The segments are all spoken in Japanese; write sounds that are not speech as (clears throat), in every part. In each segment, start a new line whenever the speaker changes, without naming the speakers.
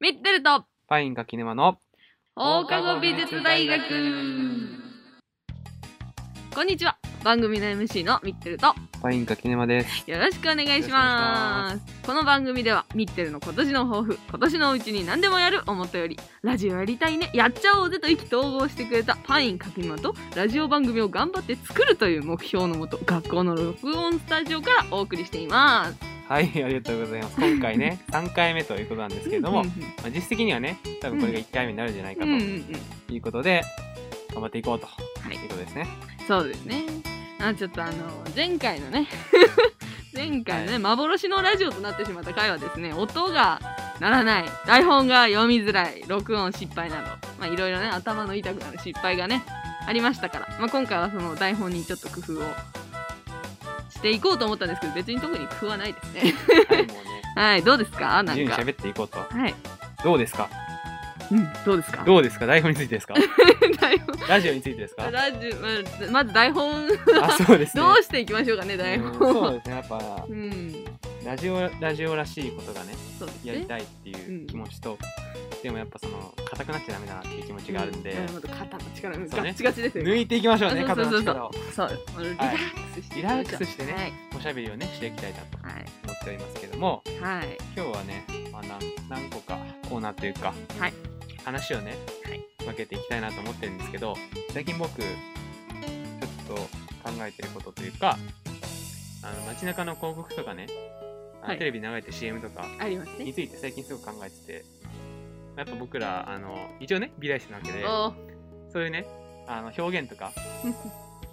ミッテルと
パイン垣沼の
放課後美術大学こんにちは番組の MC のミッテルと
パイン垣沼です。
よろしくお願いしますこの番組ではミッテルの今年の抱負今年のうちに何でもやるをもとよりラジオやりたいねやっちゃおうぜと意気投合してくれたパイン垣沼とラジオ番組を頑張って作るという目標のもと学校の録音スタジオからお送りしています
はい、ありがとうございます。今回ね、3
(laughs)
回目ということなんですけれども、
うん
まあ、実質的にはね、多分これが1回目になるんじゃないか
うんうんうんうん
ということで、頑張っていこうと
い
いうことですね。
そうですね。あちょっとあの前回の
(laughs)
ね前回のね
はい
幻のラジオとなってしまった回はですね音が鳴らない台本が読みづらい録音失敗などまあいろいろね頭の痛くなる失敗がねありましたから、まあ、今回はその台本にちょっと工夫をしていこうと思ったんですけど別に特に工夫はないですね (laughs)
はい、もうね、
はいどうですかなんか
自由に喋っていこうと。
はい、
どうですか
うん、どうですか
どうですか台本についてです
(laughs)
か
台本
ラジオについてですか
ラジオまあまず台本
あ、そうですね。
どうしていきましょうかね台
うん
本
そうですね、やっぱ、
うん
ラジオ、ラジオらしいことがね、
そうですね
やりたいっていう気持ちと、でもやっぱその、硬くなっちゃダメだなっていう気持ちがあるんで、
なるほど肩の力
そうね
ガッチガチですよ
抜いていきましょう
そ
ね、
うそうそうそう
肩の力を。
そうリラックスしていきましょう
リラックスしてねおしゃべりをね、していきたいなと
はい
思っておりますけども、
はいはい
今日はね、まあ、何何個かコーナーというか、
はい
話をね、分けていきたいなと思ってるんですけど最近僕ちょっと考えてることというかあの街中の広告とかね、あの
はい
テレビ流れて CM とか
あります
に
ね
ついて最近すごく考えててやっぱ僕らあの一応ね美大生なわけで
お
そういうねあの表現とか
うん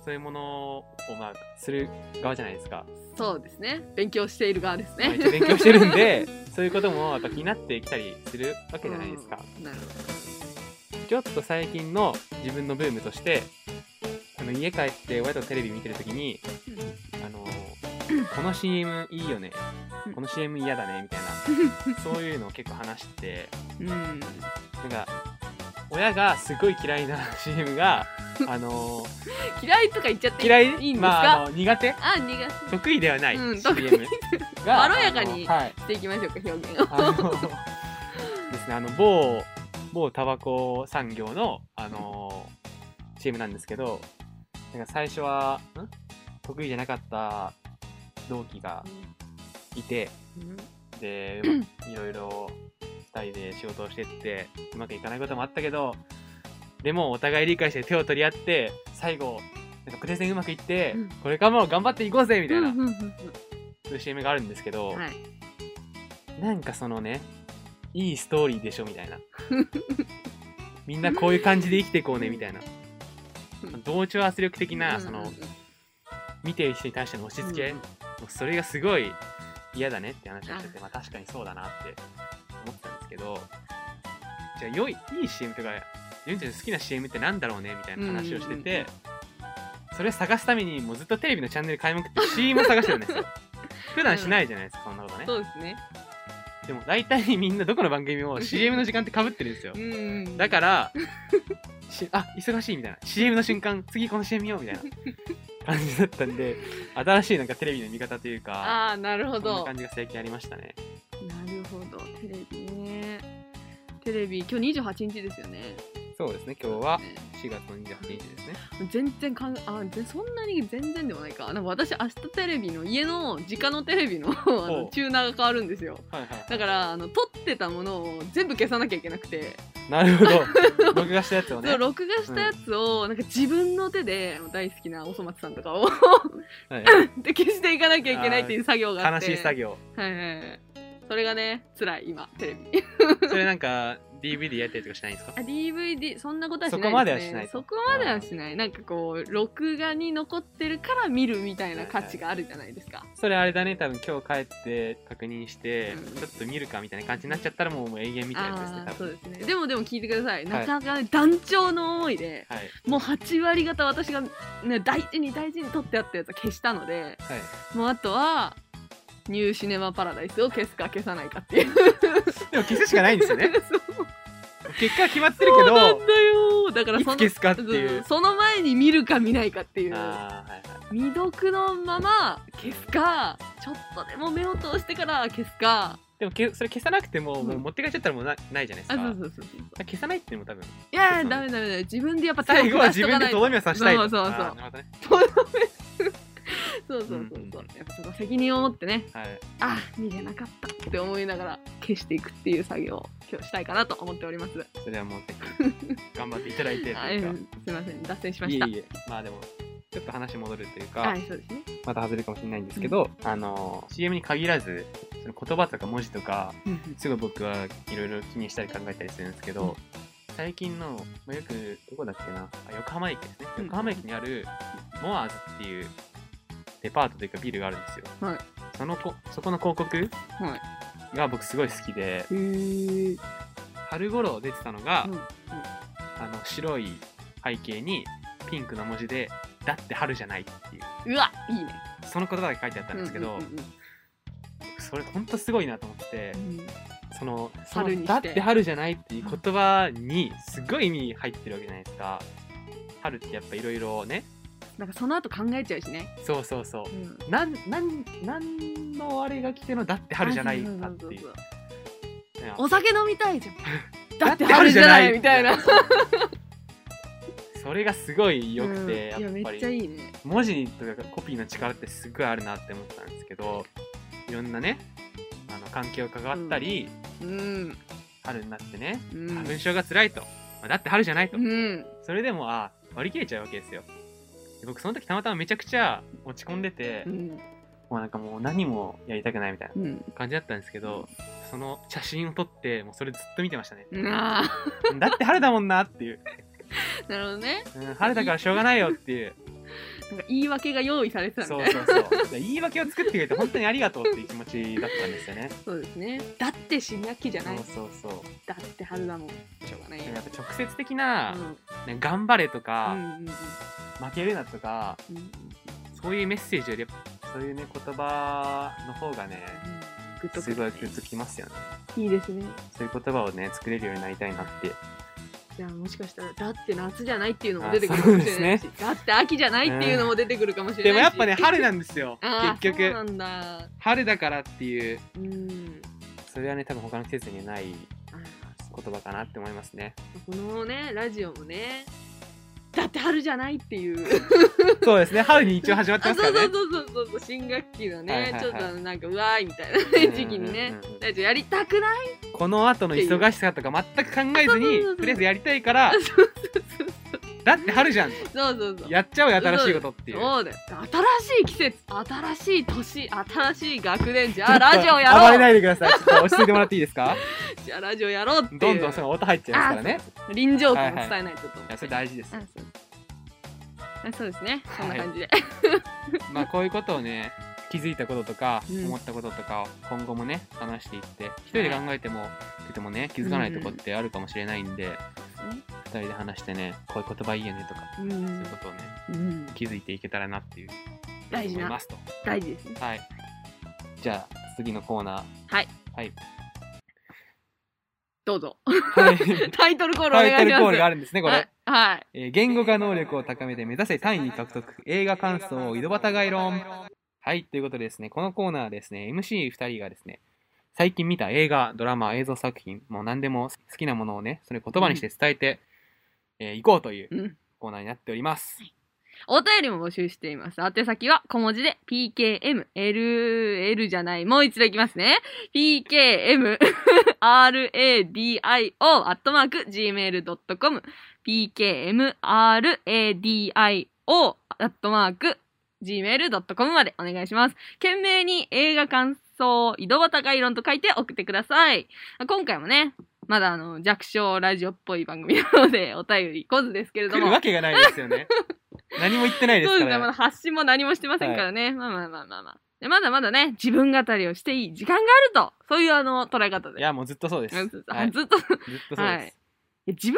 そういうものを、まあ、する側じゃないですか。
(laughs) そうですね勉強している側です
まあ
ね
一応勉強してるんで (laughs) そういうこともやっぱ気になってきたりするわけじゃないですか。
うんなるほど
ちょっと最近の自分のブームとしてあの家帰って親とテレビ見てるときに
(laughs)
あのこの CM いいよね
うん
この CM 嫌だねみたい
(laughs)
なそういうのを結構話して
うん
なんか親がすごい嫌いな (laughs) CM があの
嫌いとか言っちゃ (laughs) っていい
嫌い
いいんです
まあ、
か
あの苦手
あ苦手
得意ではない
うん
CM が
まろやかに
あのはい
していきましょうか表現を
あのですねあの某某タバコ産業のあのチームなんですけどなんか最初はん得意じゃなかった同期がいて
うん (clears throat)
でいろいろ2人で仕事をしてってうまくいかないこともあったけどでもお互い理解して手を取り合って最後なんかプレゼンうまくいって、
うん
これからも頑張っていこうぜみたいな、
うんうんうんうん
そういう CM があるんですけど、
はい
なんかそのね、いいストーリーでしょみ
(laughs)
たいな。みんなこういう感じで生きていこうねみたいな
うん。
同調圧力的な、
うん
そ
うんう
の
ん、
見ている人に対しての押し付け、
うん
もうそれがすごい嫌だねって話をしてて、まあ確かにそうだなって思ったんですけど、じゃあ良い、いい CM とか、ユンちゃんの好きな CM ってなんだろうねみたいな話をして
うんうんうんうん
て、それ探すためにもうずっとテレビのチャンネル買いまくって CM を探してる
(laughs)
んですよ。普段しないじゃないですか、そんなことね。
そうですね
でも大体みんなどこの番組も CM の時間ってかぶってるんですよ
う。ん
だから、 (laughs) しあ忙しいみたいな。CM の瞬間、次この CM 見ようみたいな感じだったんで、新しいなんかテレビの見方というか、
ああーなるほ
そんな
ど
感じが最近ありましたね。
なるほどテレビねテレビ今日28日ですよね
そうですね、今日は
ね
4月の28日ですね。
全然かんあぜそんなに全然でもないかなんか私明日テレビの家の直のテレビのあ
ほ
の
う
チューナーが変わるんですよ
はいは
だからあの撮ってたものを全部消さなきゃいけなくて、
い。 (laughs) なるほ
(laughs)
ど。録画したやつをね。
そう録画したやつを、なんか自分の手であの大好きなおそ松さんとかを
はい
で消していかなきゃいけないっていう作業があっ
悲
て
しい作業。
はいはいはいそれがね辛い今テレビ
それなんか DVD やったりとかしないんですか
あ DVD そんなことはしないです、ね、
そこまではしないと
そこまではしないなんかこう録画に残ってるから見るみたいな価値があるじゃないですか、
それあれだね、多分今日帰って確認して
うん、
ちょっと見るかみたいな感じになっちゃったらもうもう永遠みたいなやつですね
あ、ー
多
そう
分。
ですねでもでも聞いてください
い
なかなか、ね、団長の思いで
はい。
もう8割方私が、ね、大事に大事に取ってあったやつは消したので
はい。
もうあとはニューシネマパラダイスを消すか消さないかっていう。
でも消すしかないんですよね
(laughs) そう
結果は決まってるけ
なん
ど、
だよだから
いつ
その
消すかっていう
そ。その前に見るか見ないかっていう
ああ、はいはい。
未読のまま消すかちょっとでも目を通してから消すか
でもけそれ消さなくても,、もううん持って帰っちゃったらもうなないじゃないです
あ
か
そうそうそうそう
消さないっていうのも多分
いやーダメダメダメ自分でやっぱ手を
最後は
下し
自
とかない
分で
と
とどめを刺したいと
そうそうそう
あーなるほどね
そうそうそう
うん
そううんやっぱそこ責任を持ってね
はい
あ逃げなかったって思いながら消していくっていう作業を今日したいかなと思っております
それはもうぜひ頑張っていただいてと
は
いう
い
か、
うんすいません脱線しま
いえ
した
いえまあでもちょっと話戻るというか、
はいそうですね
また外れるかもしれないんですけど、あの CM に限らずその言葉とか文字とか
うんうん
すごい僕はいろいろ気にしたり考えたりするんですけど、最近の、まあ、よくどこだっけなあ横浜駅ですね
うん
横浜駅にあるモアーズっていうデパートというかビルがあるんですよ、
はい
そのこそこの広告
は
が僕すごい好きで
へー
春頃出てたのが、
うんうん
あの白い背景にピンクの文字で「だって春じゃない」っていう
うわいいね
その言葉が書いてあったんですけど、
うんうんうん
それほんとすごいなと思って
うんうん
その「その
春にして
だって春じゃない」っていう言葉にすごい意味入ってるわけじゃないですか。春ってやっぱいろいろね
なんかその後考えちゃうしね、、
そうそうそううんなんなんなんのあれが来ての「だって春じゃない」かっていう
そ。うそうそう
ね
お酒飲みたいじゃん
だ
だ
っ
ってて
春
春
じ
じ
ゃ
ゃ
な
ないいみた (laughs) いな
それがすごい良くて、
うんいや
やっぱ
めっちゃ
り
いいね
文字とかコピーの力ってすごいあるなって思ったんですけどいろんなねあの環境が変わったり、
うん
春になってね
う
花
ん
粉症が辛いと、まあだって春じゃないと、
うん
それでもあ割り切れちゃうわけですよで僕その時たまたまめちゃくちゃ落ち込んでて、
うん
もうなんかもう何もやりたくないみたいな
うん
感じだったんですけど、その写真を撮ってもうそれずっと見てましたね
うんあー
だって春だもんなっていう、
なるほどね
うん、春だからしょうがないよっていう
なんか言い訳が用意されてたみたい
そう
な
そうそうで言い訳を作ってくれて本当にありがとうっていう気持ちだったんですよね
そうですねだって新学期じゃない
そうそうそう
だって春だもんしょうがないよ
やっぱ直接的な
う、ん
ね頑張れと
う
か、
んうんうん
負けるなとか
うんうん
そういうメッセージよりやっぱそういうね言葉の方がね
グッとく
す
る
ご
ね
いグッときますよね
いいですね
そういう言葉をね作れるようになりたいなって
じゃあもしかしたらだって夏じゃないっていうのも出てくるかもしれないし、だって秋じゃないっていうのも出てくるかもしれないし
(laughs) でもやっぱね春なんですよ
あー
結
そう
局
なんだ
春だからっていう
うん
それはね多分他の季節にはない
あー
言葉かなって思いますね
このねラジオもねだって春じゃないっていう
(laughs) そうですね春に一応始まって
あ
ます
そ
か
うそ
ら
う
ね
そうそうそう新学期のね、
はいはいはい
ちょっとあのなんかうわーいみたいな時期にね、
うんうんうん
ラジオやりたくない
この後の忙しさとか全く考えず
そうそう
に
そう
とりあえずやりたいからだって春じゃん
そうそうそう
やっちゃおうよ新しいことっていう
そうだよ新しい季節新しい年新しい学年じゃ
ちょ
あ
っと
ラジオや
暴
ろ
れ
う
ないでくださいちょっと落ち着いてもらっていいですか
じゃあラジオやろうっていう
どんどんその音入っちゃいますからね
臨場感を伝えないとと思っ
いやそ
て、
れ大事です
あそうあそうですねそんな感じで、
まあこういうことをね気づいたこととか
うん
思ったこととかを今後もね話していって一人で考えてもとてもね気づかないとこってあるかもしれないんで二人で話してねこういう言葉いいよねとか
うん
そういうことをね
うん
気づいていけたらなっていう
大事な
思いますと
大事ですね
はいじゃあ次のコーナ
はい (laughs)
はい
どうぞ
ーはい
タイトルコールお
タ
願いし
イトルコー
ま
ル
す
があるんですねこれ
はいはい
えー言語化能力を高めて目指せ単位獲得映画感想を井戸端概論はいということでですねこのコーナーはですね MC2 人がですね最近見た映画ドラマ映像作品もう何でも好きなものをねそれ言葉にして伝えてい、えーいこうという
うん
コーナーになっております、
お便りも募集しています。宛先は小文字で PKM、L、L じゃない。もう一度いきますね。PKM、RADIO、アットマーク、gmail.com。PKM、RADIO、アットマーク、gmail.com までお願いします。懸命に映画感想、井戸端概論と書いて送ってください。今回もね、まだあの弱小ラジオっぽい番組なのでお便り来ずですけれど
来
も
る。わけがないですよ
(laughs)
ね何も言ってないです
そう
か
ですね、ま
ら
だ発信も何もしてませんからね。まあまあまあまあまあ。でまだまだね、自分語りをしていい時間があると、そういうあの捉え方
い
で。
やもうずっとそうです、は
ず
い、
っ
ずっ
と、ずっと (laughs)
とそう
は
で
い
す、
自分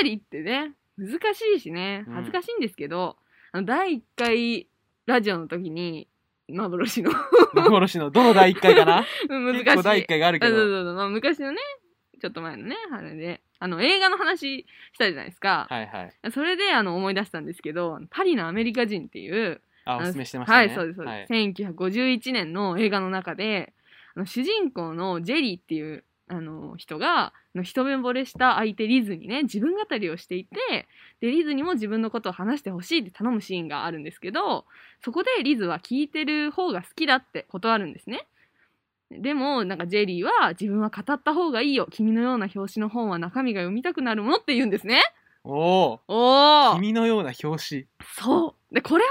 語りってね、難しいしね、
うん
恥ずかしいんですけど、あの第1回ラジオの時に、幻の (laughs)
幻のどの第1回かな
難しい。
結構第1回があるけ
あそう
ど
そうそうまあ昔のね、ちょっと前のね、あれで、あの映画の話したじゃないですか。
はいはい
それであの思い出したんですけど、パリのアメリカ人っていう、
あお
あの
すすめしてましたね
はい、そうです、そうです
はい、
1951年の映画の中で、あの主人公のジェリーっていうあの人があの一目惚れした相手リズにね自分語りをしていてでリズにも自分のことを話してほしいって頼むシーンがあるんですけどそこでリズは聞いてる方が好きだって断るんですね。でもなんかジェリーは自分は語った方がいいよ君のような表紙の本は中身が読みたくなるものって言うんですね。
お
お
お
ー
君のような表紙
そうでこれを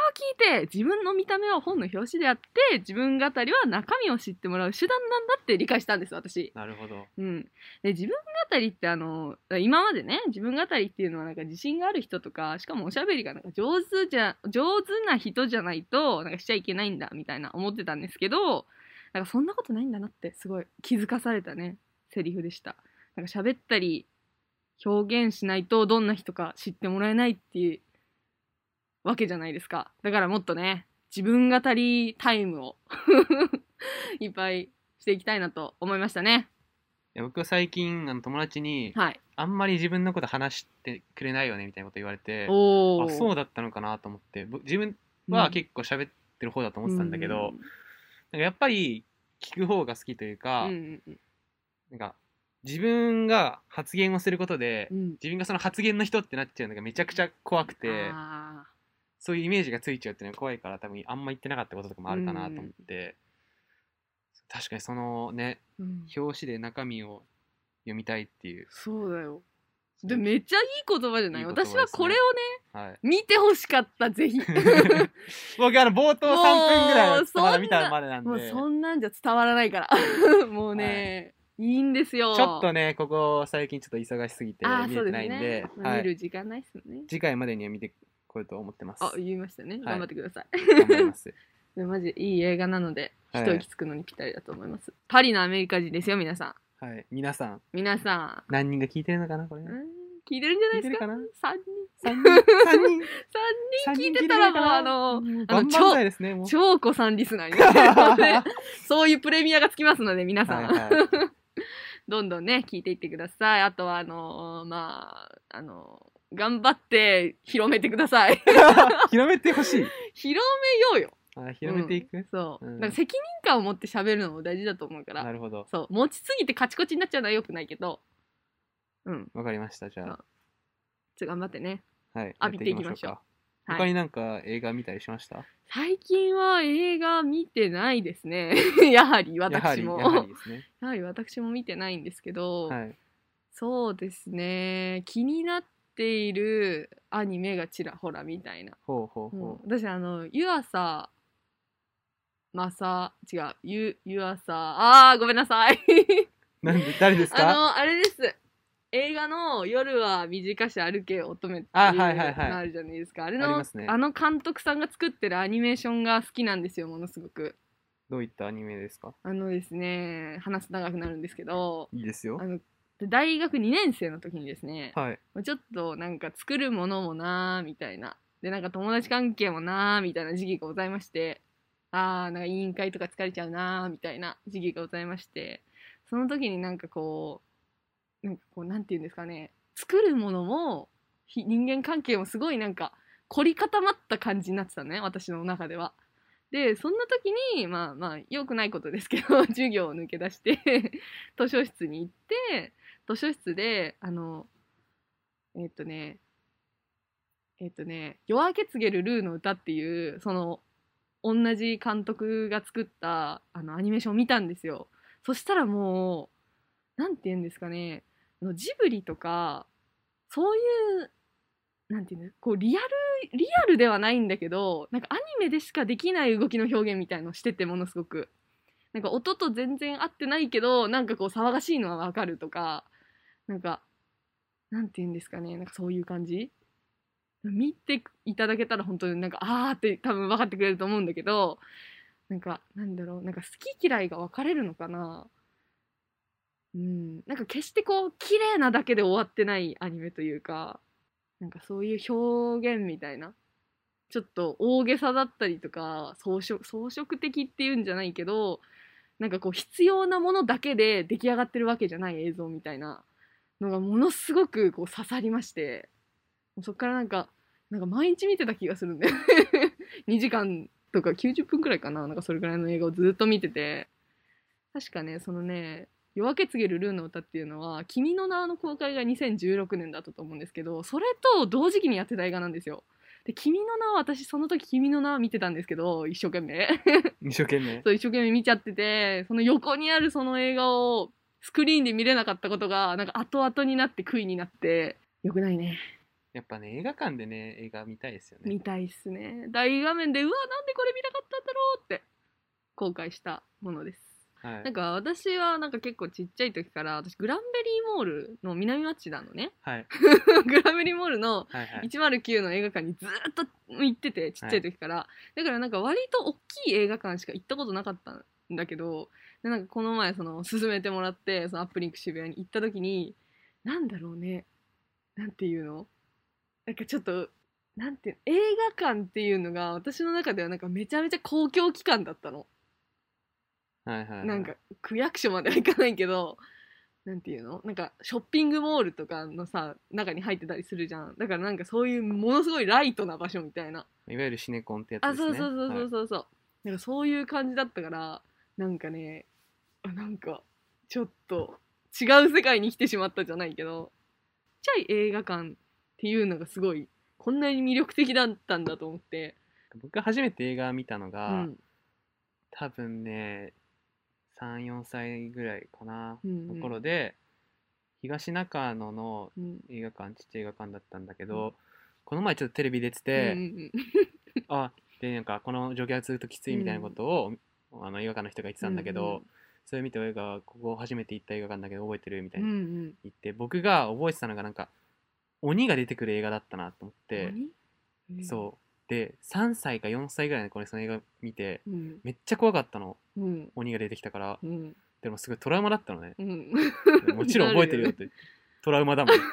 聞いて自分の見た目は本の表紙であって自分語りは中身を知ってもらう手段なんだって理解したんです私。
なるほど
うん、で自分語りってあの今までね自分語りっていうのはなんか自信がある人とかしかもおしゃべりがなんか上手じゃ上手な人じゃないとなんかしちゃいけないんだみたいな思ってたんですけどなんかそんなことないんだなってすごい気づかされたねセリフでした。なんか喋ったり表現しないとどんな人か知ってもらえないっていうわけじゃないですか。だからもっとね自分語りタイムを (laughs) いっぱいしていきたいなと思いましたね。
いや僕は最近あの友達に
はい。
あんまり自分のこと話してくれないよねみたいなこと言われて
お
あそううだったのかなと思って僕自分は結構喋ってる方だと思ってたんだけど、なんかやっぱり聞く方が好きという
う
か、
んうん
なんか自分が発言をすることで、
うん
自分がその発言の人ってなっちゃうのがめちゃくちゃ怖くて、
あ
そういうイメージがついちゃうっていうのが怖いから多分あんま言ってなかったこととかもあるかなと思って、確かにそのね
ーうん
表紙で中身を読みたいっていう、
そうだよでめっちゃいい言葉じゃない
いい言葉です
私
ね
はこれをね
はい、
見てほしかったぜ
(laughs)
ひ (laughs)
僕あの冒頭3分ぐら
も
い
う
ま
そ
だ見
ん
た
な
までなんで
もうそんなんじゃ伝わらないから (laughs) もうね、い、いんですよ
ちょっとねここ最近ちょっと忙しすぎて
あー
見
そうです
れてないん
ね
で、
まあ
は
見
い、
る時間ないっすよね
次回までには見てこようと思ってます
あ言いましたね、頑張ってください
頑張ります
でもマジいい映画なので
はい
一息つくのにぴったりだと思います、パリのアメリカ人ですよ皆さん
(laughs) はい、皆さん、
皆さ
何人が聞いてるのかな、これ
ん、
ね。
うん聞いてるんじゃな
聞
い
いて
です
る
か
かな。
三人
三人、三
(laughs)
人、
三人聞
三人
いてたらもうあ
も
の
う
あ
万
の
々歳ですね。もう
超子さんリスナーになるの
(laughs)
でそういうプレミアがつきますので皆さ
は
ん、
いは
どんどんね聞いていってくださいあとはあのーまああのー頑張って広めてくださ
(laughs)
い
い広めてほしい。
広めようよ
あ、広めていく。
そう、
うん
なんか責任感を持って喋るのも大事だと思うから
なるほど、
そう持ちすぎてカチコチになっちゃうのはよくないけどうん
わかりました。じゃ
ちょっと頑張ってね
あ、はい、
浴びていきましょう
やっていきましょうか。
はい
他になんか映画見たりしました。
最近は映画見てないですね (laughs) やはり
やはり、
私
や
も
はりですね。
やはり私も見てないんですけど、
はい。
そうですね気になっているアニメがちらほらみたいな、
ほうほう
うん
ほ
私あの湯浅まさ違うゆ湯浅あーごめんなさい
う。なんで、誰です
あ
か。
のあれです映画の「夜は短し歩け乙女」って
あ
いうの
はいはいはい
あるじゃないですかあれ
あり
の
ますね
あの監督さんが作ってるアニメーションが好きなんですよものすごく
どういったアニメですか。
あのですね話す長くなるんですけど
いいですよ
あ。の大学2年生の時にですね、
はい。
まあちょっとなんか作るものもなーみたいなでなんか友達関係もなーみたいな時期がございましてあーなんか委員会とか疲れちゃうなーみたいな時期がございましてその時になんかこうなんかこうなんて言うんですかね作るものもひ人間関係もすごいなんか凝り固まった感じになってたのね私の中では。でそんな時にまあまあ良くないことですけど (laughs) 授業を抜け出して図書室に行って図書室であのえっとねえっとね「夜明け告げるルーの歌」っていうその同じ監督が作ったあのアニメーションを見たんですよ。そしたらもうなんて言うんですかねあのジブリとかそういうなんていうのこうリアルリアルではないんだけどなんかアニメでしかできない動きの表現みたいのをしててものすごくなんか音と全然合ってないけどなんかこう騒がしいのはわかるとかなんかなんて言うんですかねなんかそういう感じ見ていただけたら本当になんかあーって多分分かってくれると思うんだけどなんかなんだろうなんか好き嫌いが分かれるのかなうんなんか決してこう綺麗なだけで終わってないアニメというかなんかそういう表現みたいなちょっと大げさだったりとか装飾装飾的っていうんじゃないけどなんかこう必要なものだけで出来上がってるわけじゃない映像みたいなのがものすごくこう刺さりましてもうそっからなんかなんか毎日見てた気がするん (laughs) で2時間とか90分くらいかななんかそれぐらいの映画をずっと見てて確かねそのね「夜明け告げるルーの歌」っていうのは「君の名」の公開が2016年だったと思うんですけどそれと同時期にやってた映画なんですよ。で「君の名」は私その時「君の名」は見てたんですけど一生懸命
一生懸
(laughs)
命。
そう一生懸命見ちゃっててその横にあるその映画をスクリーンで見れなかったことがなんか後々になって悔いになってよくないね
やっぱね、映画館でね、映画見たいですよね
見。たいっすね大画面でうわなんでこれ見なかったんだろうって後悔したものです。
はい
なん。か私はなんか結構ちっちゃい時から私グランベリーモールの南町なのね (laughs)
はい。
グランベリーモールの
はいはい。
109の映画館にずーっと行っててちっちゃい時から、だからなんか割と大きい映画館しか行ったことなかったんだけどでなんかこの前その勧めてもらってそのアップリンク渋谷に行った時になんだろうねなんていうのなんかちょっとなんて映画館っていうのが私の中ではなんかめちゃめちゃ公共機関だったの。
はいはいはい。
なんか区役所までは行かないけどなんていうのなんかショッピングモールとかのさ中に入ってたりするじゃんだからなんかそういうものすごいライトな場所みたいな、
いわゆるシネコンってやつ
あ
ですね。
そうそうそうそ
はいう
そうそう、なんかそういう感じだったからなんかねあなんかちょっと違う世界に来てしまったじゃないけどちっちゃい映画館っていうのがすごいこんなに魅力的だったんだと思って、
僕が初めて映画見たの
う
が、
ん
多分ね、3、4歳ぐらいかな、
うんうん
の頃で、東中野の
うん
映画館、ちっちゃい映画館だったんだけど、この前ちょっとテレビ出てて、
うんうん
あでなんかこの状況が続くときついみたいなことを、あの映画館の人が言ってたんだけど、
うんうん
それ見て俺がここ初めて行った映画館だけど覚えてるみた
う
い
ん
に
うん
言って、僕が覚えてたのがなんか鬼が出てくる映画だったなと思って、
鬼
そうで3歳か4歳ぐらいの子にその映画見て
うん
めっちゃ怖かったの
うん
鬼が出てきたから
うん
でもすごいトラウマだったの
(laughs)
ね
うん、
もちろん覚えてるよってトラウマだも
(laughs)
んって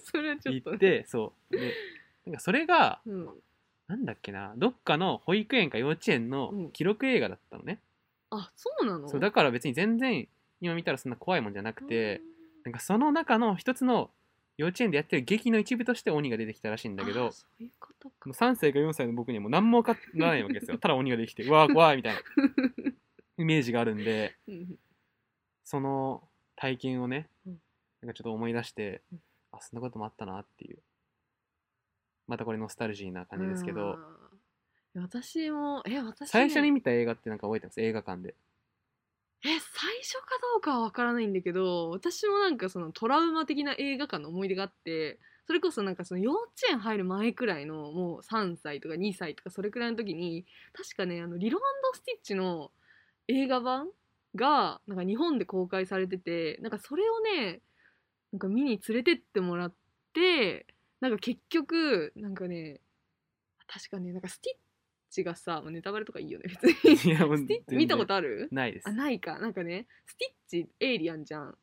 それはちょっと
言
ね
っ、てそうでなんかそれが
うん、
なんだっけなどっかの保育園か幼稚園の
うん
記録映画だったのね、
あそうなの
そうだから別に全然今見たらそんな怖いもんじゃなくて、なんかその中の一つの幼稚園でやってる劇の一部として鬼が出てきたらしいんだけ
あ
ど
そういうことか
もう3歳か4歳の僕にはもう何も分からないわ
(laughs)
けですよただ鬼が出てきてうわー怖いみたいなイメージがあるんで
うん
その体験をね
うん
なんかちょっと思い出して
うん
あそんなこともあったなっていうまたこれノスタルジー (laughs) な感じですけど
うん私もえ私ね
最初に見た映画ってなんか覚えてます映画
(laughs)
館で
え最初かどうかはわからないんだけど私もなんかそのトラウマ的な映画館の思い出があってそれこそなんかその幼稚園入る前くらいのもう3歳とか2歳とかそれくらいの時に確かねあのリロスティッチの映画版がなんか日本で公開されててなんかそれをねなんか見に連れてってもらってなんか結局なんかね確かねなんかスティッチがさまあネタバレとかいいよね別にス
いやもう
ティッチ
(laughs) 全然
見たことある
ないです
あないかなんかねスティッチエイリアンじゃん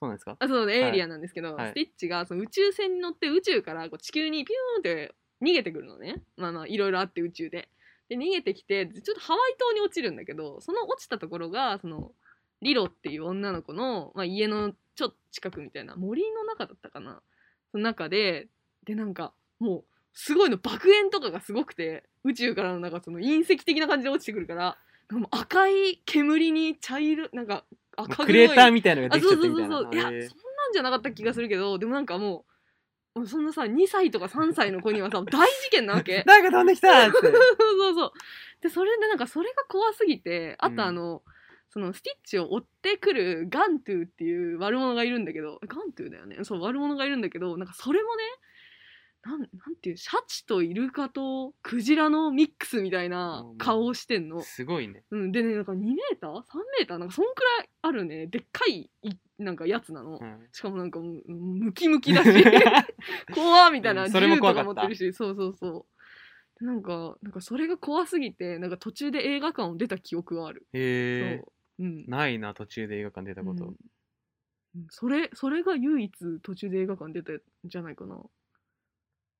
そうなんですか
あそうエイリアンなんですけど、
はい
スティッチがその宇宙船に乗って宇宙からこう地球にピューンって逃げてくるのねまあまあいろいろあって宇宙でで逃げてきてちょっとハワイ島に落ちるんだけどその落ちたところがそのリロっていう女の子の、まあ、家のちょっと近くみたいな森の中だったかなその中ででなんかもうすごいの爆炎とかがすごくて宇宙からのなんかその隕石的な感じで落ちてくるからなんかもう赤い煙に茶色なんか
もう
赤
クレータ
い
ーみたいなのが
あ
でき
そ
ちゃ
う
っ
そう
てみ
そ
た
う
い
そういや
な
そんなんじゃなかった気がするけどでもなんかもうもうそんなさ2歳とか3歳の子にはさ大事件なわけ
(laughs) なんか飛んできたっつって
そうそうそうでそれでなんかそれが怖すぎてあ
うん
とあの、そのスティッチを追ってくるガントゥーっていう悪者がいるんだけどえガントゥーだよねそう悪者がいるんだけどなんかそれもねなんなんていうシャチとイルカとクジラのミックスみたいな顔をしてんの
すごいね
うん、でねなんか2メーター ?3 メーターなんかそんくらいあるねでっかいいなんかやつなの、
うん
しかもなんかもううんムキムキだ
(laughs)
し怖っみたいな
うんそれも
銃と
怖か
か
った
持ってるしそうそうそうなんかなんかそれが怖すぎてなんか途中で映画館を出た記憶がある、
へえ
そううん
ないな途中で映画館出たこ
う
と
んうんそれそれが唯一途中で映画館出たんじゃないかな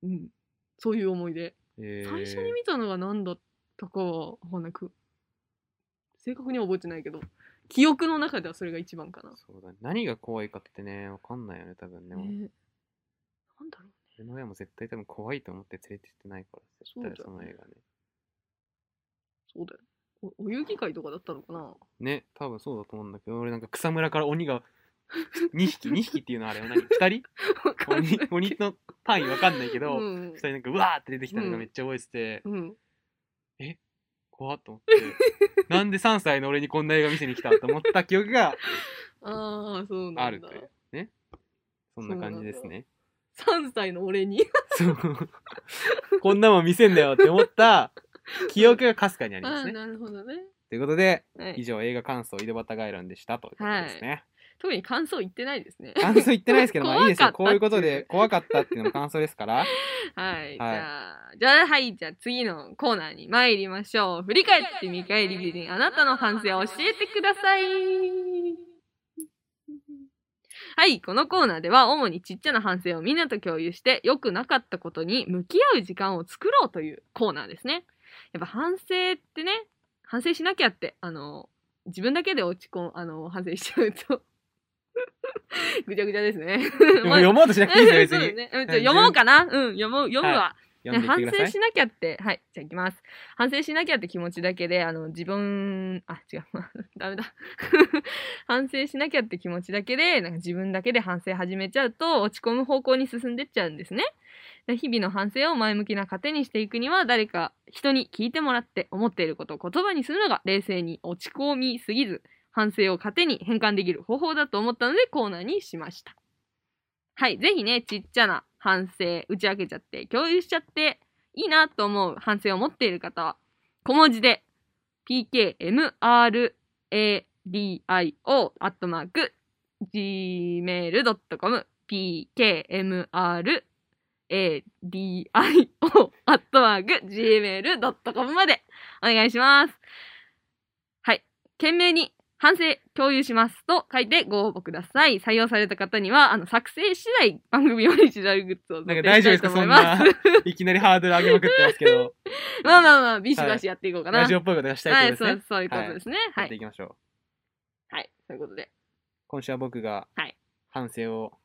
うんそういう思い出
最
最初に見たのが何だったかは分かんないく正確には覚えてないけど記憶の中ではそれが一番かな、
そうだね何が怖いかってねわかんないよね多分ね俺
ねなんだろう
の親も絶対多分怖いと思って連れてってないから
そうだよね
絶対その映画ね
そうだよおお遊戯会とかだったのかな
ね、多分そうだと思うんだけど、俺なんか草むらから鬼が (laughs) 2匹、2匹っていうのはあれは何 ?2
わ
人
かんない (laughs)
鬼鬼の単位わかんないけど、
う
2
ん
人なんかうわーって出てきたのがめっちゃ覚えてて、
うん、
怖っと思
(laughs)
って、なんで3歳の俺にこんな映画見せに来たと思った記憶が
ああそうなんだ
あるという。ね。そんな感じですね。
3歳の俺
(laughs)
に
そう。こんなもん見せんだよって思
(laughs)
った記憶がかすかにあり
あ
ま
あ
すね。
なるほどね、
ということで、
は
以
い、
上映画感想井戸端概論でしたということですね。
特に感想言ってないですね
感想言ってないです
(laughs)
けど、まあいいですよ。こう
怖か
い
った
うことで怖かったっていうのも感想です
(laughs)
から。
はい、じゃあじゃあはいじゃあ次のコーナーに参りましょう振り返って見返り美人あなたの反省を教えてくださいはい、このコーナーでは主にちっちゃな反省をみんなと共有して良くなかったことに向き合う時間を作ろうというコーナーですね。やっぱ反省ってね反省しなきゃってあの自分だけで落ち込むあの反省しちゃうと (laughs) ぐちゃぐちゃです (laughs) ね。
でも読もうとしなくていいです
そう
よ、
だ
別に。
ねうんじゃあ読もうかな。うん、読もう、読むわ。
読んで
ね
い
反
ってくだ
省
さい
し。なきゃって、はい、じゃあいきます。反省しなきゃって気持ちだけで、あの、自分、あ、違う、 (laughs) ダメだ。反省しなきゃって気持ちだけで、なんか自分だけで反省始めちゃうと、落ち込む方向に進んでっちゃうんですね。で日々の反省を前向きな糧にしていくには、誰か人に聞いてもらって思っていることを言葉にするのが、冷静に落ち込みすぎず、反省を糧に変換できる方法だと思ったので、コーナーにしました。はい、ぜひね、ちっちゃな反省、打ち明けちゃって、共有しちゃって、いいなと思う反省を持っている方は、小文字で、pkmradio アットマーク、gmail.com、pkmradio アットマーク、gmail.com までお願いします。はい。懸命に反省共有しますと書いてご応募ください。採用された方には、あの、作成次第番組オリジナルグッズを
なん
贈
か
呈
大
し
丈夫
たい
です
と
か
思
そ
い
ん
ます。
な、いきなりハードル上げまくってますけど、
(laughs) まあまあまあ、ビシバシやっていこうかな。
ラジオっぽいことがした
はいい、
と
そ
いうことで
う
すね。
そういうことですね。は
やって
い。
いきましょう。
はい、そういうことで。
今週は僕が
はい
反省を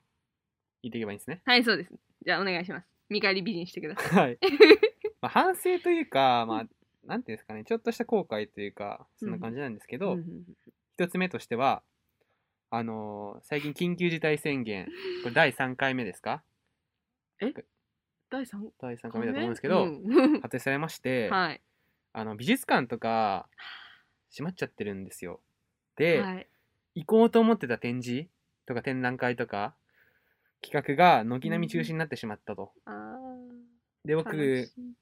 言っていけばいいんですね。
はい、そうです。じゃあ、お願いします。見返り美人してください。 (laughs)
はい。まあ、反省というか、まあ、なんていうんですかね、ちょっとした後悔というか、そんな感じなんですけど、
うんうん
一つ目としては、あのー最近緊急事態宣言、これ第3回目ですか
第3
第3回
回目
目だと思うんですけど、
うん
発令されまして、
はい。
あの美術館とか閉まっちゃってるんですよ。で、
はい
行こうと思ってた展示とか展覧会とか企画が軒並み中止になってしまったと。
あー
で
悲
僕
しい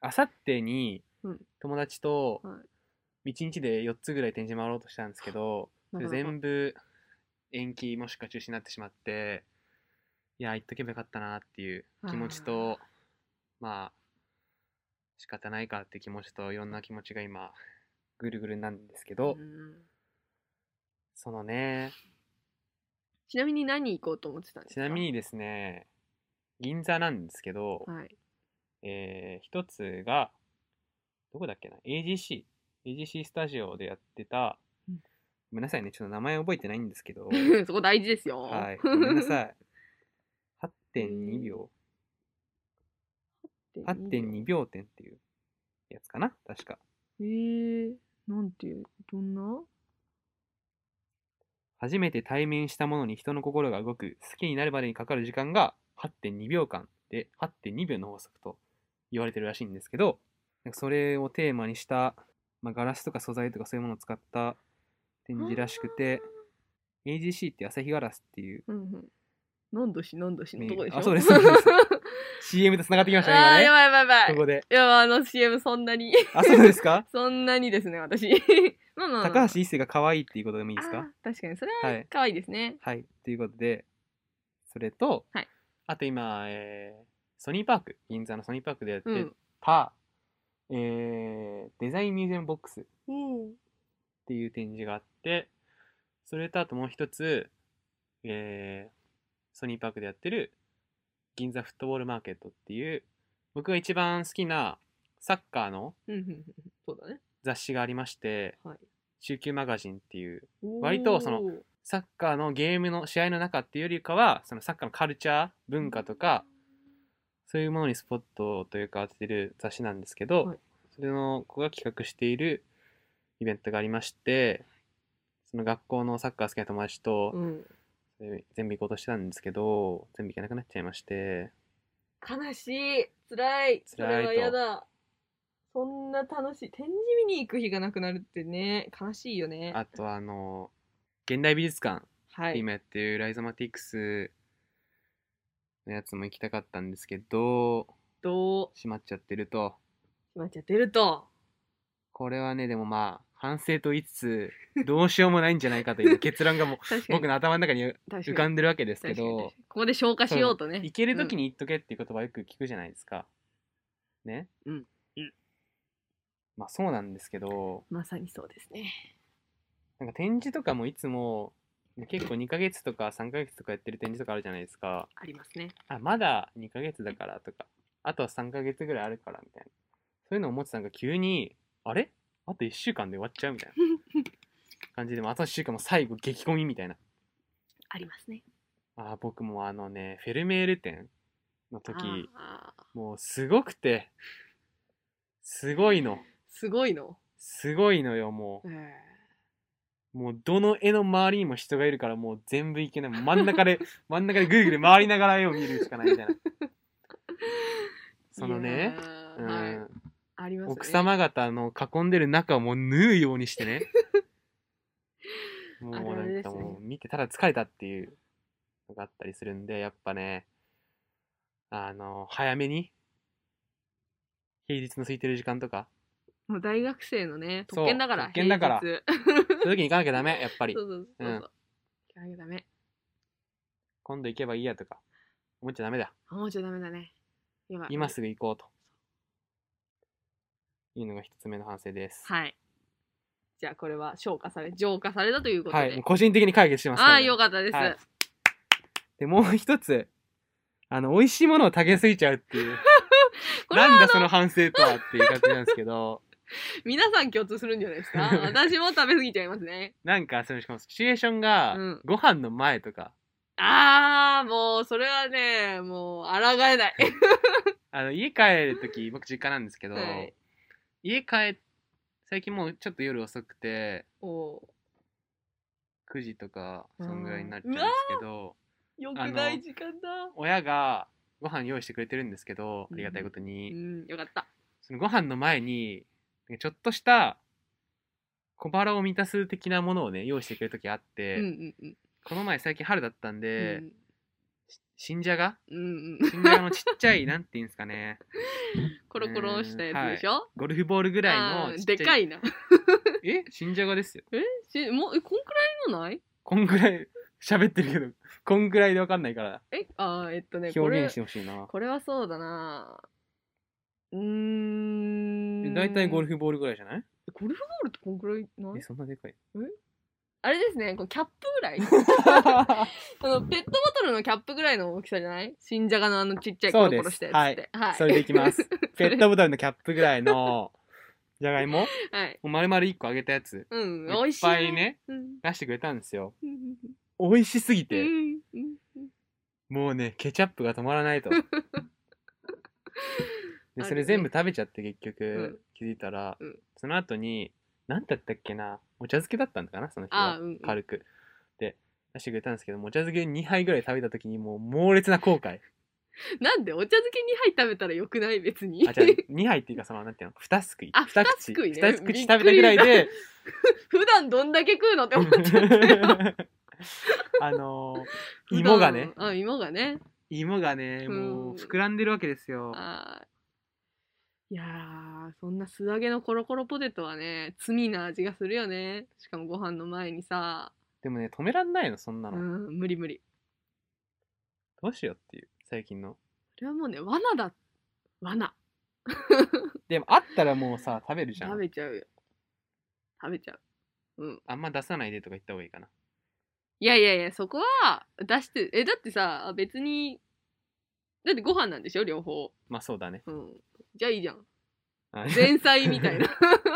あさってに
うん
友達と
は
1日で4つぐらい展示回ろうとしたんですけど、それ
なかなか
全部延期もしくは中止になってしまっていや行っとけばよかったなっていう気持ちとまあ仕方ないかって気持ちといろんな気持ちが今ぐるぐるなんですけど、
うん
そのね
ちなみに何行こうと思ってたんです
ち
か
なみにですね銀座なんですけど、
はい。 (laughs)
えー一つが、どこだっけな ?AGC。AGC スタジオでやってた
うん、
ごめんなさいね、ちょっと名前覚えてないんですけ
(laughs)
ど、
そこ大事ですよ。
はい、ごめんなさい。8.2秒 ?8.2 秒点っていうやつかな確か。
えー、なんていう、どんな
初めて対面したものに人の心が動く、好きになるまでにかかる時間が8.2秒間で、8.2秒の法則と言われてるらしいんですけど、なんかそれをテーマにした、まあ、ガラスとか素材とかそういうものを使った展示らしくて、AGC って朝日ガラスっていう、
うんうん。何度し何度しのとこでしょ
あそうですそ
(laughs)
うです CM と繋がってきましたね、
あーや
今
ばいや
ね。
ばいやばい。
ここで。
いや、あの CM そんなに。
あ、そうで
(laughs)
すか
そんなにですね、私。
(laughs)
まあまあまあ
高橋一生が可愛いっていうことでもいいです
あ
か
ー確かに、それ
は
はい可愛いですね。
はい。ということで、それと、
はい
あと今、えーソニーパーク、銀座のソニーパークでやって
うん
た、えーデザインミュージアムボックスっ
うん。
ていう展示があって、それとあともう一つ、えーソニーパークでやってる銀座フットボールマーケットっていう、僕が一番好きなサッカーの
うんうんうんそうだね。
雑誌がありまして、
はい
週休マガジンっていう割とそのサッカーのゲームの試合の中っていうよりかはそのサッカーのカルチャー文化とかそういうものにスポットというか当ててる雑誌なんですけど、
はい
それの子が企画しているイベントがありまして、その学校のサッカー好きな友達と
うん、
えー全部行こうとしてたんですけど、全部行けなくなっちゃいまして、
悲しい辛いそ
辛いと
れは嫌だそんな楽しい展示見に行く日がなくなるってね悲しいよね
あとあの、現代美術館、
はい
今やってるライゾマティクスのやつも行きたかったんですけど、
ど
閉まっちゃってると。
うまっちゃってると
これはね、でもまあ、反省と言いつつ、どうしようもないんじゃないかという結論がもう、
確かに
僕の頭の中に
(laughs) 確
浮
か
か
に
んでるわけですけ
確かに
ど
こ、こで消化しようとね
行ける時に言っとけっていう言葉よく聞くじゃないですか。ね
うんうん
まあそうなんですけど、
まさにそうですね
なんか展示とかもいつも、結構2ヶ月とか3ヶ月とかやってる展示とかあるじゃないですか。
ありますね
あ、まだ2ヶ月だからとか、あとは3ヶ月ぐらいあるからみたいな。そういうのを思ってたのが急に、あれあと1週間で終わっちゃうみたいな感じで、もうあと1週間も最後激混みみたいな。
ありますね
あー、僕もあのね、フェルメール展の時、
あー
もうすごくて、すごいの。
すごいの、
すごいのよ、も
え
う。もうどの絵の周りにも人がいるから、もう全部いけない。もう真ん中
(laughs)
で、真ん中でぐるぐる回りながら絵を見るしかないみたいな。そのね、う
はい
ん、
ありますね
奥様方の囲んでる中をもう縫うようにし
(laughs)
てねもう
あるある
なん
です
か
よね
もう見てただ疲れたっていうのがあったりするんでやっぱねあの早めに平日の空いてる時間とか
もう大学生のね
そ
特
う
権だから
特権だから
平日
そういう時に行かなきゃ
(laughs)
ダメやっぱり
そうそうそうそう。
うん
行かなきゃダメ。
今度行けばいいやとか思っちゃダメだ
あもうちょいダメだね。やばい
今すぐ行こうというのが一つ目の反省です
はい。じゃあこれは消化され、浄化されたということで。
はい、もう個人的に解決してます
ああ、
これ
よかったです。
はいで、もう一つ、あの、美味しいものを食べ過ぎちゃうっていう。
(laughs) これは
なんだその反省とはっていう感じなんです
(laughs)
けど、
皆さん共通するんじゃないです
(laughs)
か私も食べ過ぎちゃいますね。
なんか、その、しかもシチュエーションが
うん、
ご飯の前とか、
ああ、もうそれはね、もう抗えない。
あの、家帰るとき、僕実家なんですけど、
はい
家帰っ、最近もうちょっと夜遅くて、
おう
9時とか、
う
そ
ん
んぐらいになっちゃうんですけど、
よくない時間だ。
親がご飯用意してくれてるんですけ
う
ど、あ
ん
りがたいこと
う
に、
ん、よかった。
そのご飯の前に、ちょっとした小腹を満たす的なものをね、用意してくれるときあっ
う
て、
んうんうん。
この前最近春だったんで、
うん
新じゃが
うんうん、
新じゃがのちっちゃい
(laughs)
なんていうんですかね
コロコロしたやつでしょ、
ゴルフボールぐらい
あ
の
ー
ちっちゃ
で
い
かいな
え新じゃがですよ
えしもうえこんくらいのない
こんぐらい喋ってるけどこんぐらいでわかんないから
えあーえっとねこ
表
れ
現してほしいな
これはそうだなうーん
だいたいゴル
フ
フボールぐらいじゃない
ゴルフボールってこんくらいな
え
い
そんな
(laughs)
でかい
あれですねこのキャップぐ
(laughs)
らいこのペットボトルのキャップぐらいの大きさじゃない新じゃがのあのちっちゃいコ
そう
ロ
です
コロしたやつってはい
それでい
(laughs)
きますペットボトルのキャップぐらいのじゃがいも
はい
まるまる1個あげたやつ
うん
い
美味し
っ
い
ぱいね
うん
出してくれたんですよ
うんうん
美味しすぎ
う
て、
んうん
もうねケチャップが止ま
(laughs)
らないとでそれ全部食べちゃって結局、
うん
気づいたら、
うん
その後に何だったっけなお茶漬けだったんだかなその日
あ
は
ーうんうん
軽くで出してくれたんですけどもお茶漬け2杯ぐらい食べた時にもう猛烈な後悔
なんでお茶漬け2杯食べたらよくない別に (laughs)
あじゃあ2杯っていうかそのなんていうの2すくい
あ
二
二すくいね
二口食べたぐらいで
普段どんだけ食うのって思っちゃった
(laughs) あのー芋がね
普段あ芋がね
芋がねもう
うん
膨らんでるわけですよ
あーいやーそんな素揚げのコロコロポテトはね罪な味がするよねしかもご飯の前にさ、
でもね止めらんないのそんな
う
の、
ん、無理無理
どうしようっていう最近の
これはもうね罠だ罠
でもあったらもうさ食べるじゃ
食
ん
べちゃうよ食べちゃううん
あんま出さないでとか言った方がいいかない
やいやいやそこは出してえだってさ別にだってご飯なんでしょ両方
まあそうだね
うんじゃあいいじゃん
あ
前菜みたいな
(laughs)
(laughs)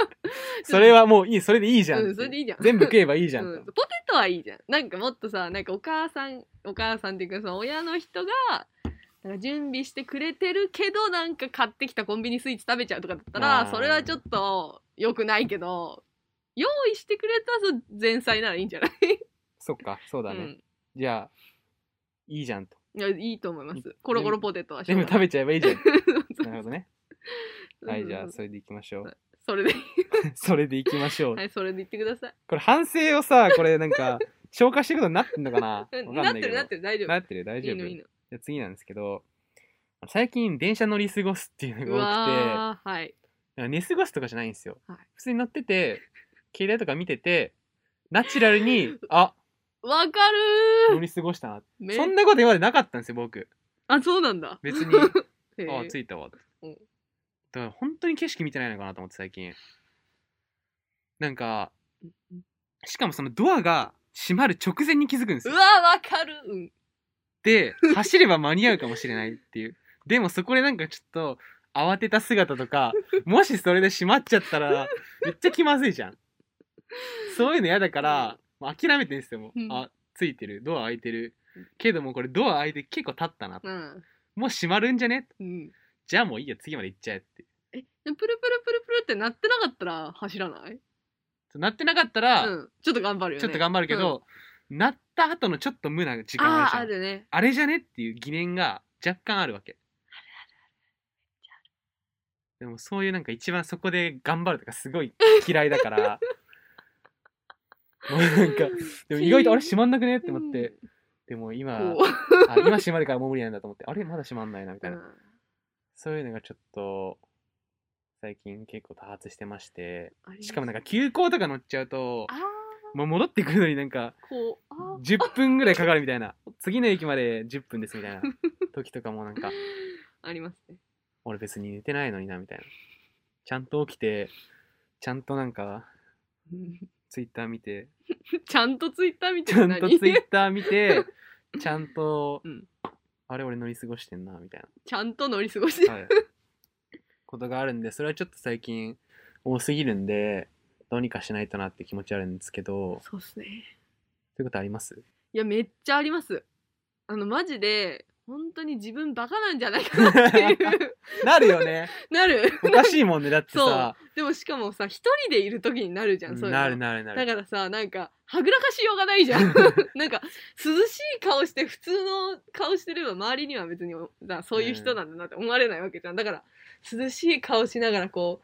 それはもういいそれでいいじゃん、
うんそれでいいじゃん
全部食えばいいじゃん、
うん、ポテトはいいじゃんなんかもっとさなんかお母さんお母さんっていうかその親の人がなんか準備してくれてるけどなんか買ってきたコンビニスイーツ食べちゃうとかだった
あ
ら
ー
それはちょっと良くないけど用意してくれたぞ前菜ならいいんじゃない
そっか、そうだね。じゃあ、いいじゃんと。
うん、いやいいと思いますコロコロポテトはしょ
全
う
部
が
食
ない
べちゃえば
(laughs)
いいじゃん。なるほどね。
うんうん
は
うん
い、じゃあ、それでいきましょう。
それで
(laughs) それでいきましょう。
はいそれで言ってください
これ、反省をさ、これなんか、消化していくことになってんのかな
(laughs)
わかん
な
な
っ
い
て
け
る
ど。
なってる大丈
な
夫
ってる、大
い
丈
い
夫。
のいいの
じゃあ次なんですけど、最近電車乗り過ごすっていうの
う
が多くて、だか
わーはい
ら寝過ごすとかじゃないんですよ。
はい
普通に乗ってて、携帯とか見てて、ナチュラルに、あ、
わかる
乗り過ごしたな。
ーめ
そんなこと今までなかったんですよ、僕。
あそうなんだ
別に、
へー
あ、着いたわって。
うん
だから本当に景色見てないのかなと思って最近。なんか、しかもそのドアが閉まる直前に気づくんです
う
よ
わ。わかるうん
で、走れば間に合うかもしれないっていう。でもそこでなんかちょっと慌てた姿とか、もしそれで閉まっちゃったら、めっちゃ気まずいじゃん。そういうの嫌だから、もう諦めてんですよ、もう。
うん
あ、ついてる。ドア開いてる
うん。
けどもこれドア開いて結構経ったな。
うん
もう閉まるんじゃね
うん
じゃあもういいや、次まで行っちゃえって。
えプルプルプルプルってなってなかったら走らない
なってなかったら、
うんちょっと頑張るよね
ちょっと頑張るけど、なった後のちょっと無な時間ある
あ
じ
あ
ゃん
あるね
あれじゃねっていう疑念が若干あるわけ。でもそういうなんか一番そこで頑張るとかすごい嫌いだから (laughs) もうなんかでも意外とあれ閉まんなくねって思って、でも今
こう
あ今閉まるからもう無理なんだと思ってあれまだ閉まんないなみたいな、
(laughs)
そういうのがちょっと最近結構多発してましてしかもなんか急行とか乗っちゃうと
あ
もう戻ってくるのになんか
ーこうあー
10分ぐらいかかるみたいな次の駅まで10分ですみたいな時とかもなんか
ありますね
俺別に寝てないのになみたいなちゃんと起きてちゃんとなんか
うん (laughs)
ツイッター見て
ちゃんとツイッター見て
ちゃ
る
んと
(laughs) 何
ツイッター見てちゃんと、
うん
あれ俺乗り過ごしてんなみたい
(laughs) ちゃんと乗り過ごして
な、はい、ことがあるんでそれはちょっと最近多すぎるんでどうにかしないとなって気持ちあるんですけど
そうっすね
そういうことあります
いやめっちゃありますあのマジで本当に自分バカなんじゃないかなっていう
(laughs) なるよね
なる
おかしいもんねだってさ
でもしかもさ一人でいる時になるじゃんそういうの
なるなるな
だ
る
からさなんかはぐらかしようがないじゃん
(laughs)
なんか涼しい顔して普通の顔してれば周りには別におさそういう人なんだなって思われないわけじゃんだから涼しい顔しながらこ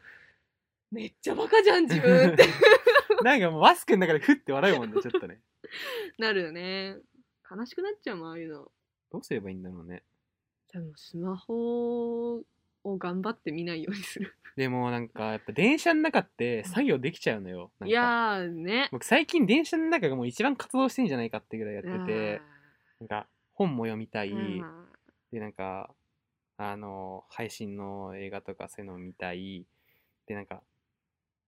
うめっちゃバカじゃん自分って
(laughs) なんかもうマスクの中でふって笑うもんねちょっとね
なるよね悲しくなっちゃうもんああいうの
どうすればいいんだろうね
多分スマホを頑張って見ないようにする
でもなんかやっぱ電車の中って作業できちゃうのよ。なん
い
か
やーね
僕最近電車の中がもう一番活動してんじゃないかってぐらいやってて、
あ
なんか本も読みたい、
ーうん
でなんかあの配信の映画とかそういうのを見たい、でなんか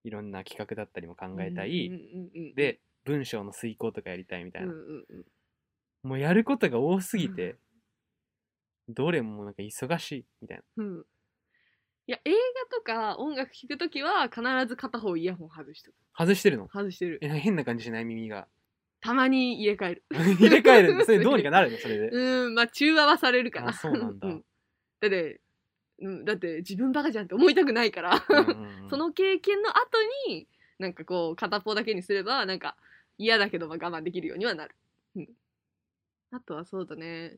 いろんな企画だったりも考えたい、
うんうんうんうん
で文章の遂行とかやりたいみた
う
い
んう
な、
んうん
もうやることが多すぎて、どれもなんか忙しいみたいな。
うん。いや、映画とか音楽聴くときは必ず片方イヤホン外してる。
外してるの。
外してる。
えなんか変な感じしない
(laughs)
耳が。
たまに入れ替える。
入れ替えるんだ。それどうにかなるのそれで。
うーん、まあ中和はされるかな。
あそうなん
(laughs)
だ
うだって、うん、だって自分バカじゃんって思いたくないから、
うんうんうん
その経験の後に、なんかこう片っぽだけにすれば、なんか嫌だけどまあ我慢できるようにはなる。うん。あとはそうだね。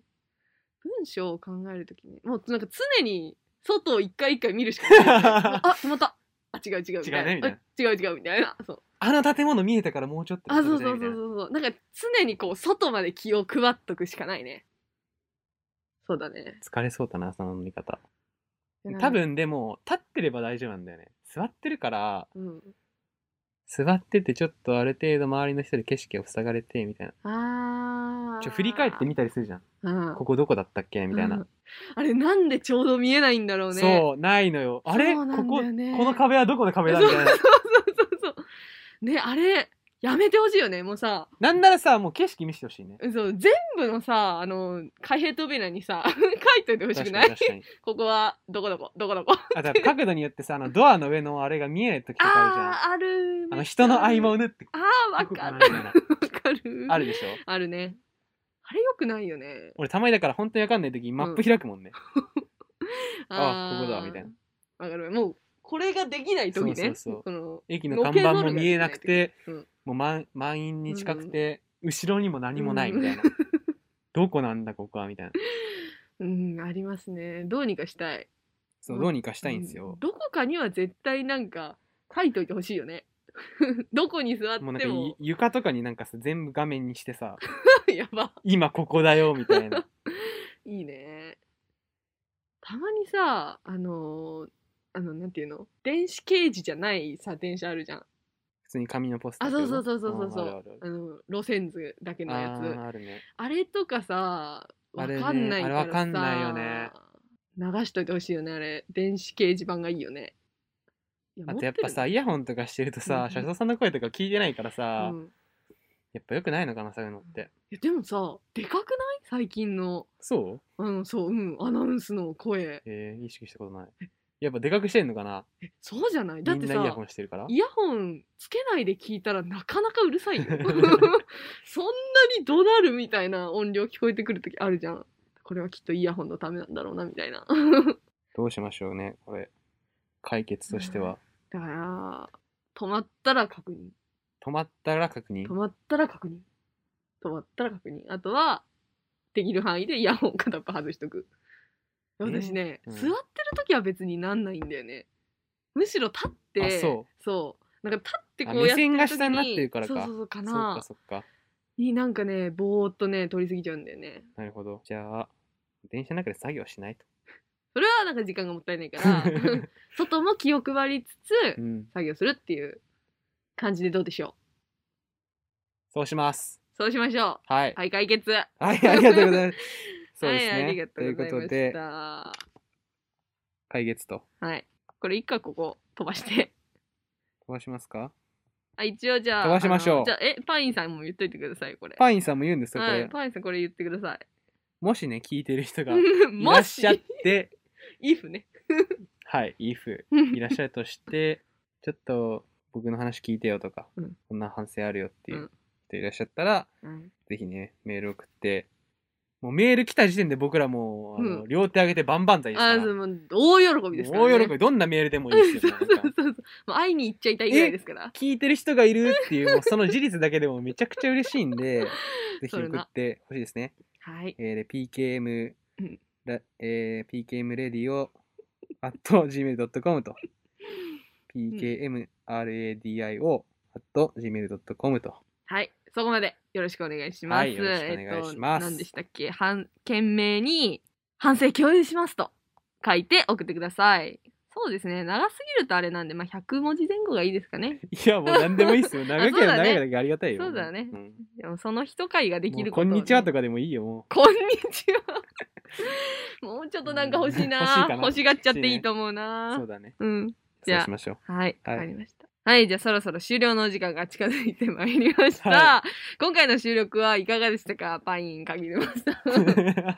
文章を考えるときに、もうなんか常に外を一回一回見るしかない。あ、
(laughs)
止まった。あ、違う違うみたいな。
違うねみたいな
あ違う違うみたいな。そう。
あの建物見えたからもうちょっと
あ、そうそうそう
みた
そ
いうな
そう。なんか常にこう、外まで気を配っとくしかないね。そうだね。
疲れそうだなその飲み方多。分でも立ってれば大丈夫なんだよね座ってるから
うん。
座っててちょっとある程度周りの人で景色を塞がれてみたいな
あー
ちょ振り返って、みたりするじゃん
うん、
ここどこだったっけみたいな、
うんあれ、なんでちょうど見えないんだろうね。
そうないのよあれ
そうなんだ
こここ
よね
の壁はどこの壁だみたいな
(laughs) そうそうそう。ね、あれ、やめてほしいよね。もうさ、
なんならさもう景色見せてほしいね
そう全部のさ、あの、開閉扉にさ、 (laughs) 書いといてほし
確
く
か
な
に
い
確かに
ここは、どこどこ、どこどこ。
あだから角度によってさあのドアの上のあれが見えない時とかあるじゃん
あ
あ
ー、ある。
の人の合間を縫って
ああ、わ
ここ
か
かな
る
み。たいな
わかる。
あるでしょ
あるね。あれよくないよね。
俺たまにだから本
(laughs)
当にわかんない時マップ開くもんね、あここだみたいな
な。わかる。もう、これができない時ね
そうそうそう
この
駅の看板も見えなくて、
ロケノルができない時
もう満満員に近くて、後ろにも何もないみたいな、 (laughs) どこなんだここはみたいな
うんありますねどうにかしたい
そうどうにかしたいんですよ
う、どこかには絶対なんか書いといてほしいよね (laughs) どこに座って
も
も
うなんかゆ床とかになんかさ全部画面にしてさ
(laughs) やば
今ここだよみた
(laughs)
いな
いいねたまにさあのーあのなんていうの電子掲示じゃないさ電車あるじゃん
普通に紙のポスター
あ
ってい
そう
の
そうそうそうそうんそ
あるあ
う
る
あの路線図だけのや
あ
つ
ーあるね
あれとかさ、
あ
わ
れね
かんないからさ、
あれわかんないよね
流しといてほしいよね、あれ。電子掲示板がいいよね。い
あとやっぱさ、イヤホンとかしてると
うんう
さ
ん
車掌さんの声とか聞いてないから
持って
さ、
るのうん
やっぱ良くないのかなそういうのって
いやでもさ、でかくない最近の、
そう
うん、そう、うん、アナウンスの声。
えー、意識したことないやっぱでかくしてんのかな
そうじゃないだっ
み
て
んなイヤ
さ
ホ、ンしてるから
イヤホンつけないで聞いたらなかなかうる
(laughs)
さいよ。そんなに怒鳴るみたいな音量聞こえてくるときあるじゃん。これはきっとイヤホンのためなんだろうな、みたいな。
どうしましょうねこれ解決としては
だから、止まったら確認。
止まったら確認
止まったら確認。止まったら確認。あとは、できる範囲でイヤホン片っ端外しとく。
えー
私ね、
うん
座ってる時は別になんないんだよね。むしろ立って、。
あそう
なんか立ってこ
あ
う
目
やって
線
る時
が下になってるからか
そうそうそうか
そっ
な
か。そっか
になんかね、ぼーっとね、取りすぎちゃうんだよね。
なるほどじゃあ電車の中で作業
(laughs)
しないと
それはなんか時間がもったいないから、
(laughs)
外も気を配りつ
う
つ、
ん
作業するっていう感じでどうでしょ
そうします
う。そうしましょ
は
う。
い、
はい、解決。
はい、ありがとうご
(laughs)
ざいますそうです
はい、あり
ね
が
と
と
いうう
ござ
こ
いま
と
し
で
た。
解決と
はい。これ一回ここ飛ばして。 (laughs)
飛ばしますか
あ、一応じゃあ。
飛ばしましょう
あのじゃあ、え、パインさんも言っといてください、これ。
パインさんも言うんですよ、
は
こ
い、
れ
パインさんこれ言ってください。
もしね聞いてる人がいら
も
っ
し
しゃっ、て
if ね。
(laughs) はい、if いらっしゃるとして、ちょっと僕の話聞いてよとか、
うん
こんな反省あるよっていううん人いらっしゃったら、
うん
ぜひね、メール送って、もうメール来た時点で僕らもう、あの
うん
両手上げてバンバン剤ですか
あ、
ら。
そう、もう大喜びですから、ね。
大喜び、どんなメールでもいいですよ。
(laughs) そう
な
そうん
か
そうそう。もう会いに行っちゃいたいぐらいですから。
聞いてる人がいるっていう、もうその事実だけでもめちゃくちゃ嬉しいん
(laughs)
で、ぜひ
それ
送
な
ってほしいですね。
はい。
えーで、PKM
うん、
らえー PKM レディオ、at gmail.com と、PKMRADIO、at
(laughs)
gmail.com と、
はい。そこまでよろしくお願いします。
はいよろしくお願いします
えっと、何でしたっけ反、懸命に反省共有しますと書いて送ってください。そうですね。長すぎるとあれなんで、まあ、100文字前後がいいですかね。
いや、もう何でもいいっすよ。長ければ長いだけありがたいよ。
そうだね
ん
でもその一回ができ
もう
る
こ
ことを
ん
ね、
にちはとかでもいいよ、も
こんにち
(laughs)
は。もうちょっとなんか欲しいな。
欲
欲
しい
し
かな
がっちゃって
欲しい
い
ね
いと思う
う。
な。
そうだね。
うん。じ
そ
ゃ
う
あ
しましょう。
はい。
は
わ、
い
かりました。はい。じゃあそろそろ終了のお時間が近づいてまいりました。
は
今回の収録はいかがでしたかパイン限りました。 (laughs)
は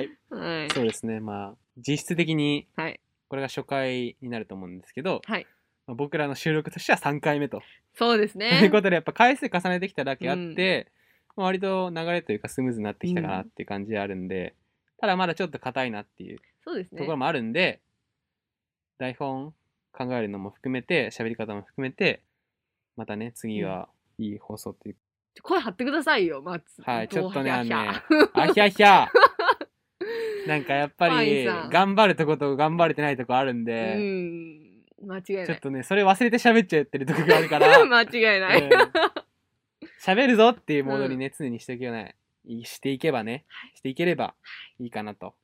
い。
はい。
そうですね。まあ、実質的に、
はい。
これが初回になると思うんですけど、
はい
まあ僕らの収録としては3回目と。
そうです
と (laughs) いう
ね
こ。とで、やっぱ回数重ねてきただけあって、まあ割と流れというかスムーズになってきたかなっていう感じであるんで、ただまだちょっと硬いなっていう
そうです
と
ね
ころ。もあるんで、台本考えるのも含めて、喋り方も含めて、またね、次はいい放送っていう
声張ってくださいよ、松。
はいちょっとね
もうひゃひゃ
ああひゃ
(laughs)
ひゃなんかやっぱ
パ
り
ンさん
頑張るとこと頑張れてないとこあるん
う
で、
ん。間違い
ち
な
ょっ
い。
とねそれ忘れて喋っちゃってるとこがあるか
(laughs)
ら
間違いない。
うん喋るぞっていうモードにね、常にしておけないしていけばね、していければいいかなと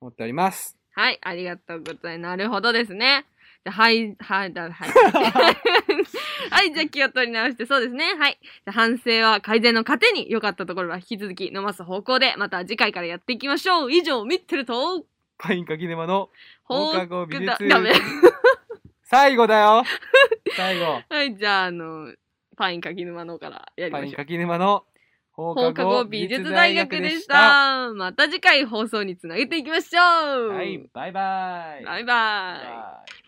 思っております。
はい、ありがとうございます。なるほどですね。じゃあはい、はい、 (laughs) だ、はい。はい、じゃあ気を取り直して、そうですね。はい。じゃあ反省は改善の糧に良かったところは引き続き伸ばす方向で、また次回からやっていきましょう。以上、ミッテルと、
パインかきねまの放課後美
だ
術
ダメ。
(laughs) 最後だ
(laughs)
よ最後
はい、じゃあ、あの、パイン柿沼のからやり
パ
ま
イン
しょう
か。きねまの放
放課後美術大学でした。また次回放送につなげていきましょう。
はい、バイバイ。
バイ
バ
バイ。
イ